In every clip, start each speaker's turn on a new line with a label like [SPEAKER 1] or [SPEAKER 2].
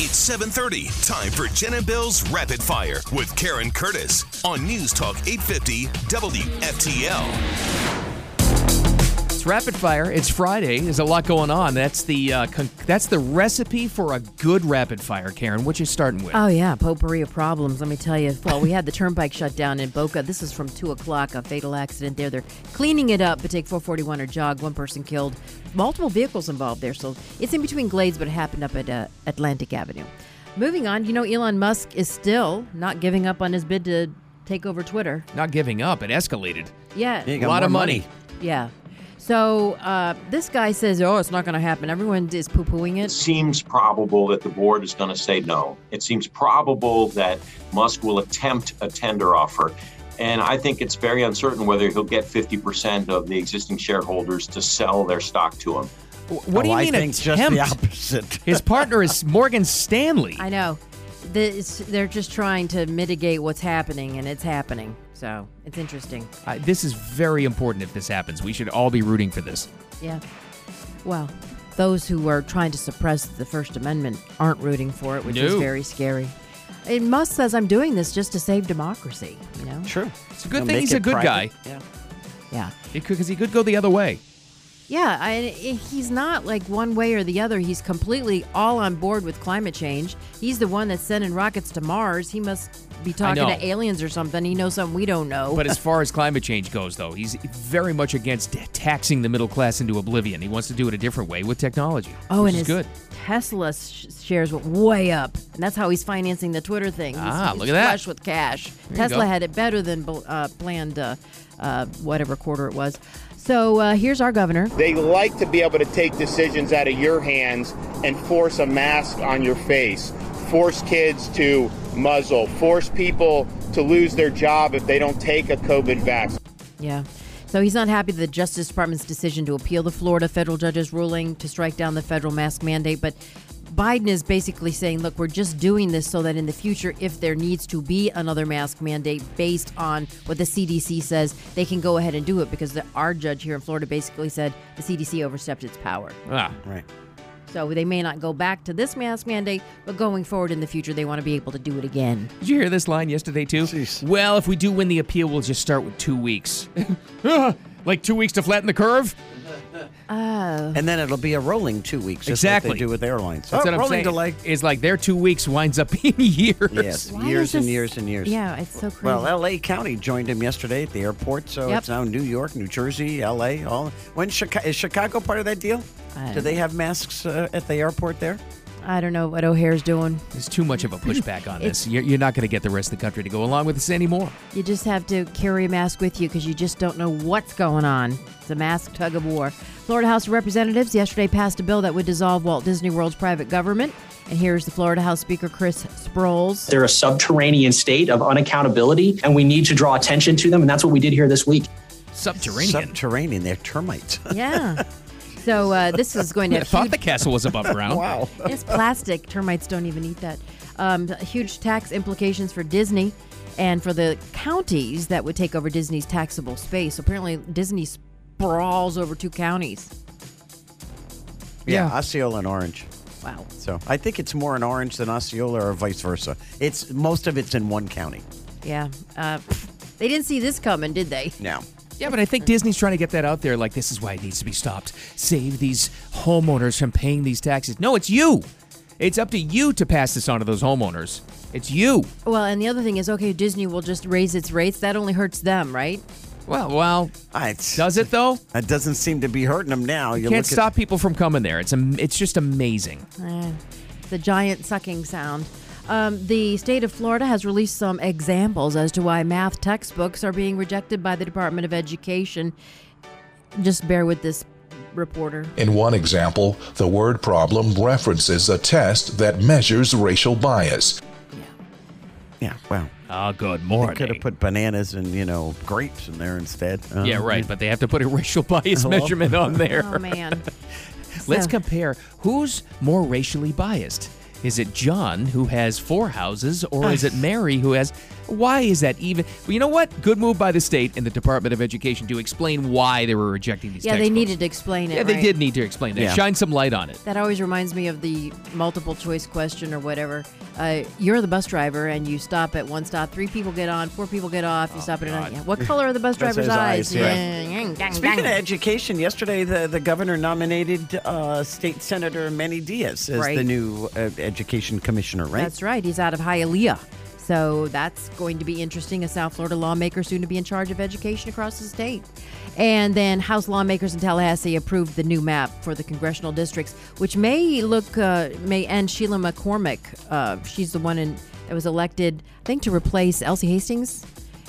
[SPEAKER 1] It's 7:30. Time for Jen and Bill's Rapid Fire with Karen Curtis on News Talk 850 WFTL.
[SPEAKER 2] It's rapid fire. It's Friday. There's a lot going on. That's the uh, con- that's the recipe for a good rapid fire, Karen. What you starting with?
[SPEAKER 3] Oh yeah, potpourri of problems. Let me tell you. Well, we had the turnpike shut down in Boca. This is from two o'clock. A fatal accident there. They're cleaning it up, but take 441 or jog. One person killed. Multiple vehicles involved there. So it's in between Glades, but it happened up at uh, Atlantic Avenue. Moving on. You know, Elon Musk is still not giving up on his bid to take over Twitter.
[SPEAKER 2] Not giving up. It escalated.
[SPEAKER 3] Yeah.
[SPEAKER 2] A lot of money.
[SPEAKER 3] Yeah. So uh, this guy says, "Oh, it's not going to happen." Everyone is poo-pooing
[SPEAKER 4] it
[SPEAKER 3] it.
[SPEAKER 4] seems probable that the board is going to say no. It seems probable that Musk will attempt a tender offer. And I think it's very uncertain whether he'll get 50% of the existing shareholders to sell their stock to him.
[SPEAKER 2] W- What do you
[SPEAKER 5] Oh,
[SPEAKER 2] mean
[SPEAKER 5] I think
[SPEAKER 2] attempt?
[SPEAKER 5] just the opposite.
[SPEAKER 2] His partner is Morgan Stanley.
[SPEAKER 3] I know. This, they're just trying to mitigate what's happening, and it's happening. So it's interesting.
[SPEAKER 2] I- this is very important. If this happens, we should all be rooting for this.
[SPEAKER 3] Yeah. Well, those who are trying to suppress the First Amendment aren't rooting for it, which is
[SPEAKER 2] No.
[SPEAKER 3] very scary. And Musk says, I'm doing this just to save democracy, you know?
[SPEAKER 5] True.
[SPEAKER 2] It's a good thing he's a good guy.
[SPEAKER 5] Yeah.
[SPEAKER 3] Yeah.
[SPEAKER 2] Because he could go the other way.
[SPEAKER 3] Yeah, I, I- he's not like one way or the other. He's completely all on board with climate change. He's the one that's sending rockets to Mars. He must be talking
[SPEAKER 2] know.
[SPEAKER 3] to aliens or something. He knows something we don't know.
[SPEAKER 2] But as far as climate change goes, though, he's very much against taxing the middle class into oblivion. He wants to do it a different way with technology.
[SPEAKER 3] Oh,
[SPEAKER 2] which
[SPEAKER 3] and
[SPEAKER 2] is
[SPEAKER 3] his
[SPEAKER 2] good.
[SPEAKER 3] Tesla sh- shares went way up, and that's how he's financing the Twitter thing. He's,
[SPEAKER 2] Ah,
[SPEAKER 3] he's
[SPEAKER 2] look at that.
[SPEAKER 3] Flush with cash.
[SPEAKER 2] you
[SPEAKER 3] Tesla
[SPEAKER 2] go.
[SPEAKER 3] had it better than bel- uh, planned, uh, uh, whatever quarter it was. So uh, here's our governor.
[SPEAKER 6] They like to be able to take decisions out of your hands and force a mask on your face, force kids to muzzle, force people to lose their job if they don't take a COVID vaccine.
[SPEAKER 3] Yeah. So he's not happy with the Justice Department's decision to appeal the Florida federal judge's ruling to strike down the federal mask mandate, but Biden is basically saying, look, we're just doing this so that in the future, if there needs to be another mask mandate based on what the CDC says, they can go ahead and do it because the, our judge here in Florida basically said the CDC overstepped its power.
[SPEAKER 2] Ah,
[SPEAKER 5] Right.
[SPEAKER 3] So they may not go back to this mask mandate, but going forward in the future, they want to be able to do it again.
[SPEAKER 2] Did you hear this line yesterday too?
[SPEAKER 5] Jeez.
[SPEAKER 2] Well, if we do win the appeal, we'll just start with two weeks. Ah, like two weeks to flatten the curve.
[SPEAKER 5] Uh-huh. And then it'll be a rolling two weeks, just
[SPEAKER 2] Exactly.
[SPEAKER 5] like they do with airlines.
[SPEAKER 2] That's
[SPEAKER 5] oh,
[SPEAKER 2] what I'm
[SPEAKER 5] rolling
[SPEAKER 2] saying.
[SPEAKER 5] delay.
[SPEAKER 2] Is like their two weeks winds up being years.
[SPEAKER 5] Yes,
[SPEAKER 3] Why
[SPEAKER 5] years
[SPEAKER 3] is
[SPEAKER 5] and
[SPEAKER 3] this-
[SPEAKER 5] years and years.
[SPEAKER 3] Yeah, it's so crazy.
[SPEAKER 5] Well, L.A. County joined him yesterday at the airport, so
[SPEAKER 3] Yep.
[SPEAKER 5] it's now New York, New Jersey, L.A. All when Chica- is Chicago part of that deal?
[SPEAKER 3] I
[SPEAKER 5] Do
[SPEAKER 3] don't
[SPEAKER 5] they have masks uh, at the airport there?
[SPEAKER 3] I don't know what O'Hare's doing.
[SPEAKER 2] There's too much of a pushback on this. You're, you're not going to get the rest of the country to go along with this anymore.
[SPEAKER 3] You just have to carry a mask with you because you just don't know what's going on. It's a mask tug of war. Florida House of Representatives yesterday passed a bill that would dissolve Walt Disney World's private government. And here's the Florida House Speaker Chris Sproles.
[SPEAKER 7] They're a subterranean state of unaccountability, and we need to draw attention to them. And that's what we did here this week.
[SPEAKER 2] Subterranean.
[SPEAKER 5] Subterranean. They're termites.
[SPEAKER 3] Yeah. So uh, this is going to
[SPEAKER 2] I
[SPEAKER 3] have
[SPEAKER 2] thought
[SPEAKER 3] huge-
[SPEAKER 2] the castle was above ground.
[SPEAKER 5] wow.
[SPEAKER 3] It's plastic. Termites don't even eat that. Um, huge tax implications for Disney and for the counties that would take over Disney's taxable space. Apparently, Disney sprawls over two counties.
[SPEAKER 5] Yeah, Osceola and Orange.
[SPEAKER 3] Wow.
[SPEAKER 5] So I think it's more in Orange than Osceola, or vice versa. It's most of it's in one county.
[SPEAKER 3] Yeah. Uh, they didn't see this coming, did they?
[SPEAKER 5] Now,
[SPEAKER 2] Yeah, but I think Disney's trying to get that out there. Like, this is why it needs to be stopped. Save these homeowners from paying these taxes. No, it's you. It's up to you to pass this on to those homeowners. It's you.
[SPEAKER 3] Well, and the other thing is, okay, Disney will just raise its rates. That only hurts them, right?
[SPEAKER 2] Well, well,
[SPEAKER 5] I, Ah, it's,
[SPEAKER 2] does it though?
[SPEAKER 5] It doesn't seem to be hurting them now. You
[SPEAKER 2] Can't
[SPEAKER 5] look at-
[SPEAKER 2] stop people from coming there. It's am- it's just amazing.
[SPEAKER 3] Eh, the giant sucking sound. Um, the state of Florida has released some examples as to why math textbooks are being rejected by the Department of Education. Just bear with this reporter.
[SPEAKER 8] In one example, the word problem references a test that measures racial bias.
[SPEAKER 5] yeah, wow.
[SPEAKER 2] Oh, good
[SPEAKER 5] They could have put bananas and you know grapes in there instead. Uh,
[SPEAKER 2] yeah, right. But they have to put a racial bias
[SPEAKER 5] Hello?
[SPEAKER 2] measurement on there.
[SPEAKER 3] Oh, man.
[SPEAKER 2] Let's
[SPEAKER 3] So-
[SPEAKER 2] compare who's more racially biased. Is it John who has four houses, or is it Mary who has Why is that even? Well, you know what? Good move by the state and the Department of Education to explain why they were rejecting these.
[SPEAKER 3] Yeah, they
[SPEAKER 2] textbooks.
[SPEAKER 3] needed to explain it.
[SPEAKER 2] Yeah, they
[SPEAKER 3] right?
[SPEAKER 2] did need to explain that.
[SPEAKER 5] Yeah.
[SPEAKER 2] Shine some light on it.
[SPEAKER 3] That always reminds me of the multiple choice question or whatever. Uh, you're the bus driver and you stop at one stop. Three people get on, four people get off. You stop at another. Yeah. What color are the bus
[SPEAKER 5] That's
[SPEAKER 3] driver's
[SPEAKER 5] his
[SPEAKER 3] eyes?
[SPEAKER 5] eyes, yeah.
[SPEAKER 3] Yeah. Dang,
[SPEAKER 5] Speaking of
[SPEAKER 3] dang.
[SPEAKER 5] education, yesterday the, the governor nominated uh, State Senator Manny Diaz as
[SPEAKER 3] Right.
[SPEAKER 5] the new uh, education commissioner, right?
[SPEAKER 3] That's right. He's out of Hialeah. So that's going to be interesting. A South Florida lawmaker soon to be in charge of education across the state. And then House lawmakers in Tallahassee approved the new map for the congressional districts, which may look, uh, may end Sheila McCormick. Uh, she's the one in, that was elected, I think, to replace Elsie Hastings.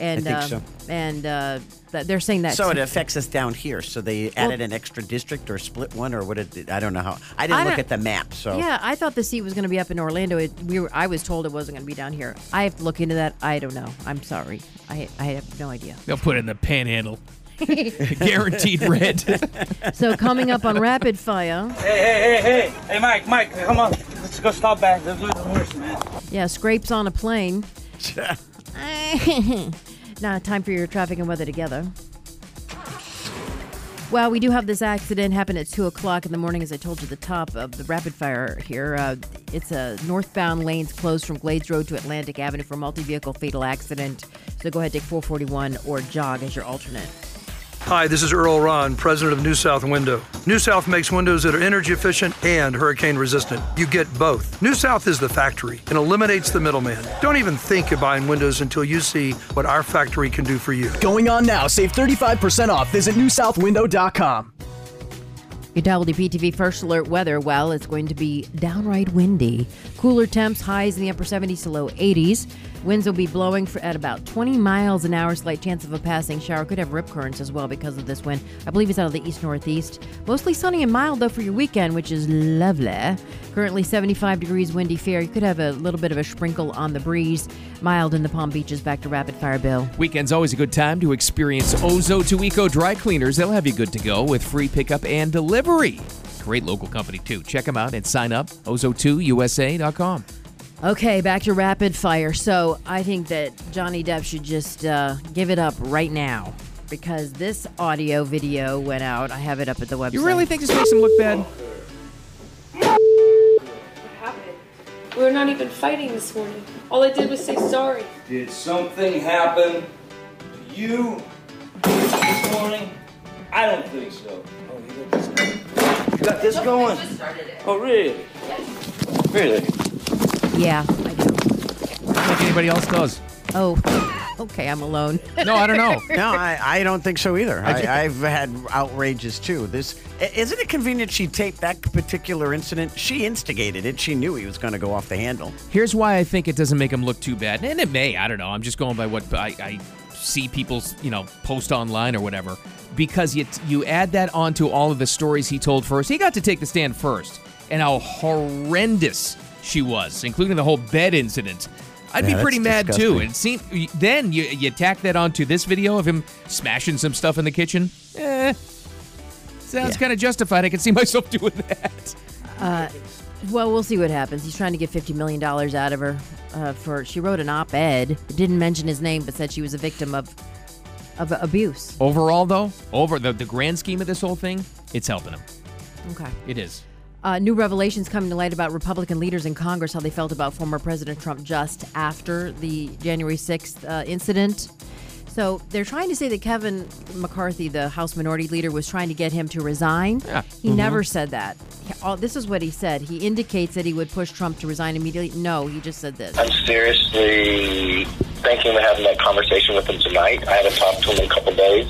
[SPEAKER 3] And,
[SPEAKER 5] think
[SPEAKER 3] uh,
[SPEAKER 5] so.
[SPEAKER 3] And uh, th- they're saying that.
[SPEAKER 5] So it affects us down here. So they added an extra district or split one or what it did. I don't know how. I didn't
[SPEAKER 3] I
[SPEAKER 5] look
[SPEAKER 3] don't-
[SPEAKER 5] at the map. So
[SPEAKER 3] Yeah, I thought the seat was going to be up in Orlando. It, we were, I was told it wasn't going to be down here. I have to look into that. I don't know. I'm sorry. I, I have no idea.
[SPEAKER 2] They'll put it in the panhandle. Guaranteed red.
[SPEAKER 3] So coming up on Rapid Fire,
[SPEAKER 9] Hey, hey, hey, hey, hey, Mike, Mike, come on, let's go stop back. Let's do the horse, man.
[SPEAKER 3] yeah, scrapes on a plane. now, time for your traffic and weather together. Well, we do have this accident happen at 2 o'clock in the morning, as I told you, at the top of the rapid fire here. Uh, it's a northbound lanes closed from Glades Road to Atlantic Avenue for multi vehicle fatal accident. So go ahead, take 441 or jog as your alternate.
[SPEAKER 10] Hi, this is Earl Ron, president of New South Window. New South makes windows that are energy efficient and hurricane resistant. You get both. New South is the factory and eliminates the middleman. Don't even think of buying windows until you see what our factory can do for you.
[SPEAKER 11] Going on now. Save 35% off. Visit newsouthwindow.com.
[SPEAKER 3] Your WDPTV First Alert weather, well, it's going to be downright windy. Cooler temps, highs in the upper 70s to low 80s. Winds will be blowing for at about 20 miles an hour. Slight chance of a passing shower. Could have rip currents as well because of this wind. I believe it's out of the east northeast. Mostly sunny and mild, though, for your weekend, which is lovely. Currently 75 degrees, windy fair. You could have a little bit of a sprinkle on the breeze. Mild in the Palm Beaches. Back to Rapid Fire Bill.
[SPEAKER 2] Weekend's always a good time to experience Ozo to Eco Dry Cleaners. They'll have you good to go with free pickup and delivery. Great local company, too. Check them out and sign up. Ozo2USA.com.
[SPEAKER 3] Okay, back to rapid fire. So I think that Johnny Depp should just uh, give it up right now because this audio video went out. I have it up at the website.
[SPEAKER 2] You really think this makes him look bad?
[SPEAKER 9] We were not even fighting this morning. All I did was say sorry. Did something happen to you this morning? I don't think so. Oh, you got this going? You got this going? Oh, really? Really?
[SPEAKER 3] Yeah, I do.
[SPEAKER 2] Not like anybody else does.
[SPEAKER 3] Oh, okay, I'm alone.
[SPEAKER 2] No, I don't know.
[SPEAKER 5] no, I, I don't think so either. I, I've had outrages too. This i- isn't it convenient she taped that particular incident? She instigated it. She knew he was going to go off the handle.
[SPEAKER 2] Here's why I think it doesn't make him look too bad. And it may, I don't know. I'm just going by what I, I see people's, you know, post online or whatever. Because you, you add that onto all of the stories he told first. He got to take the stand first and how horrendous she was, including the whole bed incident. I'd
[SPEAKER 5] Yeah,
[SPEAKER 2] be
[SPEAKER 5] that's
[SPEAKER 2] pretty mad too.
[SPEAKER 5] disgusting.
[SPEAKER 2] It seemed then you you tack that onto this video of him smashing some stuff in the kitchen. Eh, sounds
[SPEAKER 5] Yeah.
[SPEAKER 2] kind of justified. I can see myself doing that.
[SPEAKER 3] well, we'll see what happens. He's trying to get $50 million out of her uh, for she wrote an op ed, didn't mention his name, but said she was a victim of, of abuse.
[SPEAKER 2] Overall, though, over the, the grand scheme of this whole thing, it's helping him.
[SPEAKER 3] Okay.
[SPEAKER 2] It is.
[SPEAKER 3] Uh, new revelations coming to light about Republican leaders in Congress, how they felt about former President Trump just after the January 6th uh, incident. So they're trying to say that Kevin McCarthy, the House Minority Leader, was trying to get him to resign.
[SPEAKER 2] Yeah. Mm-hmm.
[SPEAKER 3] He never said that. He- all- this is what he said. He indicates that he would push Trump to resign immediately. No, he just said this.
[SPEAKER 9] I'm seriously thinking of having that conversation with him tonight. I haven't talked to him in a couple days.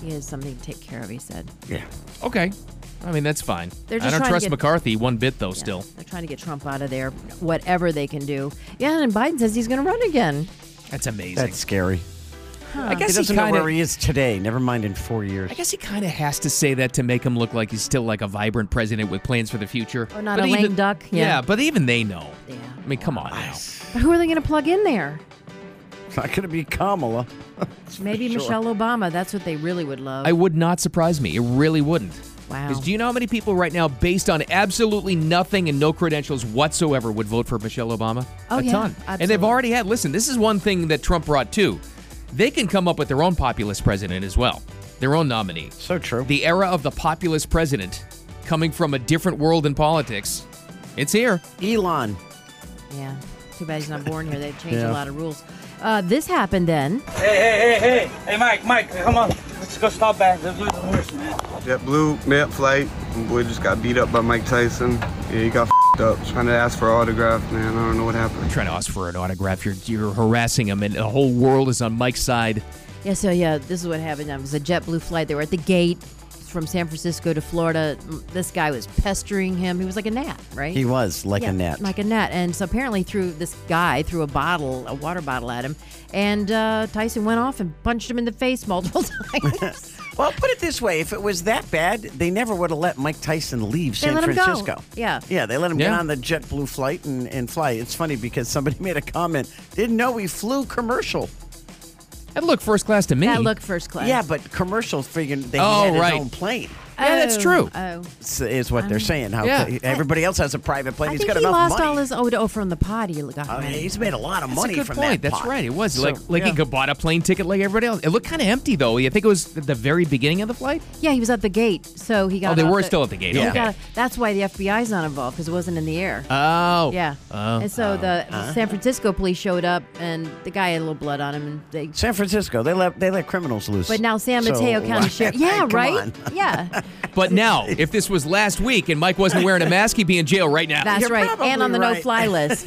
[SPEAKER 3] He has something to take care of, he said.
[SPEAKER 5] Yeah.
[SPEAKER 2] Okay. I mean, that's fine.
[SPEAKER 3] They're
[SPEAKER 2] I
[SPEAKER 3] just
[SPEAKER 2] don't
[SPEAKER 3] trying to
[SPEAKER 2] trust
[SPEAKER 3] get-
[SPEAKER 2] McCarthy one bit, though,
[SPEAKER 3] Yeah,
[SPEAKER 2] still.
[SPEAKER 3] They're trying to get Trump out of there, whatever they can do. Yeah, and Biden says he's going to run again.
[SPEAKER 2] That's amazing.
[SPEAKER 5] That's scary.
[SPEAKER 2] I
[SPEAKER 5] He
[SPEAKER 2] guess he,
[SPEAKER 5] doesn't know
[SPEAKER 2] kind
[SPEAKER 5] where
[SPEAKER 2] of.
[SPEAKER 5] he is today. Never mind in four years.
[SPEAKER 2] I guess he kind of has to say that to make him look like he's still like a vibrant president with plans for the future.
[SPEAKER 3] Or not
[SPEAKER 2] But
[SPEAKER 3] a lame
[SPEAKER 2] even-
[SPEAKER 3] duck,
[SPEAKER 2] Yeah.
[SPEAKER 3] yeah.
[SPEAKER 2] but even they know.
[SPEAKER 3] Yeah.
[SPEAKER 2] I mean, come on now.
[SPEAKER 3] But who are they going to plug in there?
[SPEAKER 5] It's not going to be Kamala.
[SPEAKER 3] Maybe Michelle Obama. That's what they really would love.
[SPEAKER 2] I would not surprise me. It really wouldn't.
[SPEAKER 3] Wow.
[SPEAKER 2] 'Cause do you know how many people right now, based on absolutely nothing and no credentials whatsoever, would vote for Michelle Obama?
[SPEAKER 3] Oh,
[SPEAKER 2] a
[SPEAKER 3] yeah,
[SPEAKER 2] ton. And they've
[SPEAKER 3] absolutely.
[SPEAKER 2] already had, listen, this is one thing that Trump brought too. They can come up with their own populist president as well, their own nominee.
[SPEAKER 5] So true.
[SPEAKER 2] The era of the populist president coming from a different world in politics, it's here.
[SPEAKER 5] Elon.
[SPEAKER 3] Yeah. Too bad he's not born here. They've changed
[SPEAKER 2] Yeah.
[SPEAKER 3] a lot of rules. Uh, this happened then.
[SPEAKER 12] Hey, hey, hey, hey, hey, Mike, Mike, come on. Let's go stop back. Let's do the horse, man.
[SPEAKER 13] That blue map flight, boy just got beat up by Mike Tyson. Yeah, he got f***ed up trying to ask for autograph, man. I don't know what happened.
[SPEAKER 2] Trying to ask for an autograph. You're, you're harassing him, and the whole world is on Mike's side.
[SPEAKER 3] Yeah, so yeah, this is what happened. It was a JetBlue flight. They were at the gate from San Francisco to Florida. M- This guy was pestering him. He was like a gnat, right?
[SPEAKER 5] He was like
[SPEAKER 3] Yeah,
[SPEAKER 5] a net.
[SPEAKER 3] Like a gnat. And so apparently threw this guy threw a bottle, a water bottle at him. And uh, Tyson went off and punched him in the face multiple times.
[SPEAKER 5] well, put it this way: if it was that bad, they never would have let Mike Tyson leave
[SPEAKER 3] They
[SPEAKER 5] San
[SPEAKER 3] let him go.
[SPEAKER 5] Francisco.
[SPEAKER 3] Yeah.
[SPEAKER 5] yeah, they let him get
[SPEAKER 3] Yeah.
[SPEAKER 5] on the JetBlue flight and, and fly. It's funny because somebody made a comment: didn't know we flew commercial.
[SPEAKER 2] That looked first class to me.
[SPEAKER 3] That looked first class.
[SPEAKER 5] Yeah, but commercial figured they
[SPEAKER 2] Oh,
[SPEAKER 5] had
[SPEAKER 2] right.
[SPEAKER 5] his own plane.
[SPEAKER 2] Yeah, that's
[SPEAKER 3] Oh,
[SPEAKER 2] true.
[SPEAKER 3] Oh.
[SPEAKER 5] S- Is what they're saying. How
[SPEAKER 3] yeah.
[SPEAKER 5] ca- everybody else has a private plane.
[SPEAKER 3] I
[SPEAKER 5] he's
[SPEAKER 3] think
[SPEAKER 5] got
[SPEAKER 3] he
[SPEAKER 5] enough
[SPEAKER 3] lost
[SPEAKER 5] money. Oh,
[SPEAKER 3] all his Odo from the pot he got.
[SPEAKER 5] I mean, he's made a lot of
[SPEAKER 2] That's
[SPEAKER 5] money
[SPEAKER 2] a good
[SPEAKER 5] from
[SPEAKER 2] point.
[SPEAKER 5] that
[SPEAKER 2] That's
[SPEAKER 5] pot.
[SPEAKER 2] right. It was
[SPEAKER 5] So,
[SPEAKER 2] like like
[SPEAKER 5] yeah.
[SPEAKER 2] he could bought a plane ticket like everybody else. It looked kind of empty though. You think it was at the very beginning of the flight?
[SPEAKER 3] Yeah, he was at the gate, so he got.
[SPEAKER 2] Oh, they
[SPEAKER 3] off
[SPEAKER 2] were still at the gate.
[SPEAKER 3] he
[SPEAKER 2] Okay.
[SPEAKER 3] got- that's why the FBI's not involved because it wasn't in the air.
[SPEAKER 2] Oh.
[SPEAKER 3] yeah.
[SPEAKER 2] Oh.
[SPEAKER 3] and so the
[SPEAKER 5] Oh.
[SPEAKER 3] San Francisco police showed up, and the guy had a little blood on him, and they.
[SPEAKER 5] San Francisco, they let they let criminals loose.
[SPEAKER 3] But now San
[SPEAKER 5] So,
[SPEAKER 3] Mateo County Sheriff. Yeah,
[SPEAKER 5] come
[SPEAKER 3] right.
[SPEAKER 5] on.
[SPEAKER 3] Yeah,
[SPEAKER 2] But now, if this was last week and Mike wasn't wearing a mask, he'd be in jail right now.
[SPEAKER 3] that's right. And on the
[SPEAKER 5] probably
[SPEAKER 3] no-fly list.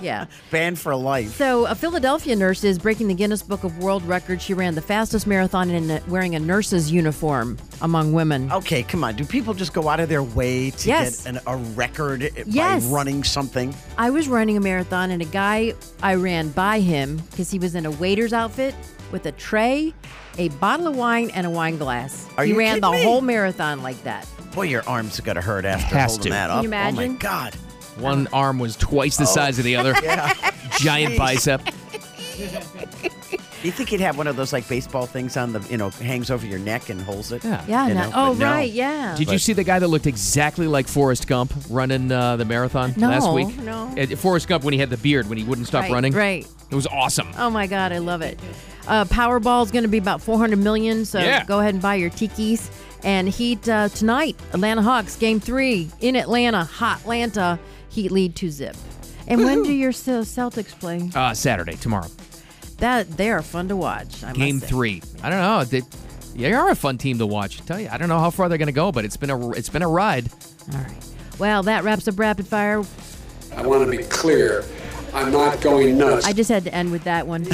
[SPEAKER 3] yeah.
[SPEAKER 5] Banned for life.
[SPEAKER 3] So, a Philadelphia nurse is breaking the Guinness Book of World Records. She ran the fastest marathon in a, wearing a nurse's uniform among women.
[SPEAKER 5] Okay, come on. Do people just go out of their way to
[SPEAKER 3] Yes.
[SPEAKER 5] get an, a record
[SPEAKER 3] Yes.
[SPEAKER 5] by running something?
[SPEAKER 3] I was running a marathon and a guy I ran by him because he was in a waiter's outfit with a tray, a bottle of wine, and a wine glass.
[SPEAKER 5] Are
[SPEAKER 3] he
[SPEAKER 5] you
[SPEAKER 3] ran the
[SPEAKER 5] kidding me?
[SPEAKER 3] whole marathon like that.
[SPEAKER 5] Boy, your arms are gonna hurt after
[SPEAKER 2] Has
[SPEAKER 5] holding
[SPEAKER 2] to.
[SPEAKER 5] that
[SPEAKER 3] Can
[SPEAKER 5] up.
[SPEAKER 3] you
[SPEAKER 5] Oh my
[SPEAKER 3] imagine?
[SPEAKER 5] god.
[SPEAKER 2] One arm was twice the
[SPEAKER 5] Oh.
[SPEAKER 2] size of the other.
[SPEAKER 5] Yeah.
[SPEAKER 2] Giant
[SPEAKER 5] Jeez.
[SPEAKER 2] bicep.
[SPEAKER 5] You think you'd have one of those like baseball things on the you know hangs over your neck and holds it?
[SPEAKER 2] Yeah.
[SPEAKER 3] Yeah.
[SPEAKER 5] You
[SPEAKER 3] no-
[SPEAKER 5] know,
[SPEAKER 3] oh,
[SPEAKER 5] but no.
[SPEAKER 3] right. Yeah.
[SPEAKER 2] Did you see the guy that looked exactly like Forrest Gump running uh, the marathon
[SPEAKER 3] No,
[SPEAKER 2] last week?
[SPEAKER 3] no.
[SPEAKER 2] Uh, Forrest Gump when he had the beard when he wouldn't stop
[SPEAKER 3] Right,
[SPEAKER 2] running.
[SPEAKER 3] right.
[SPEAKER 2] It was awesome.
[SPEAKER 3] Oh my God, I love it. Uh, Powerball is going to be about 400 million, so
[SPEAKER 2] Yeah.
[SPEAKER 3] go ahead and buy your tikis. And Heat uh, tonight, Atlanta Hawks, game three in Atlanta, hot Atlanta. Heat lead to zip. And when do your Ce- Celtics play?
[SPEAKER 2] Uh, Saturday tomorrow,
[SPEAKER 3] That they are fun to watch. I must
[SPEAKER 2] game
[SPEAKER 3] say.
[SPEAKER 2] three. I don't know. They, they are a fun team to watch. I tell you, I don't know how far they're going to go, but it's been a it's been a ride.
[SPEAKER 3] All right. Well, that wraps up rapid fire.
[SPEAKER 14] I want to be clear. I'm not going nuts.
[SPEAKER 3] I just had to end with that one.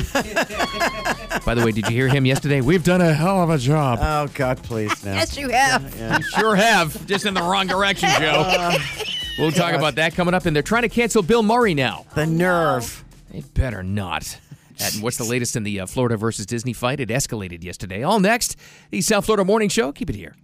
[SPEAKER 2] By the way, did you hear him yesterday? We've done a hell of a job.
[SPEAKER 5] Oh God, please no.
[SPEAKER 3] yes, you have.
[SPEAKER 2] You sure have. Just in the wrong direction, Joe. we'll talk about that coming up. And they're trying to cancel Bill Murray now.
[SPEAKER 3] Oh,
[SPEAKER 5] The nerve.
[SPEAKER 2] They better not. And what's the latest in the uh, Florida versus Disney fight? It escalated yesterday. All next, the South Florida Morning Show. Keep it here.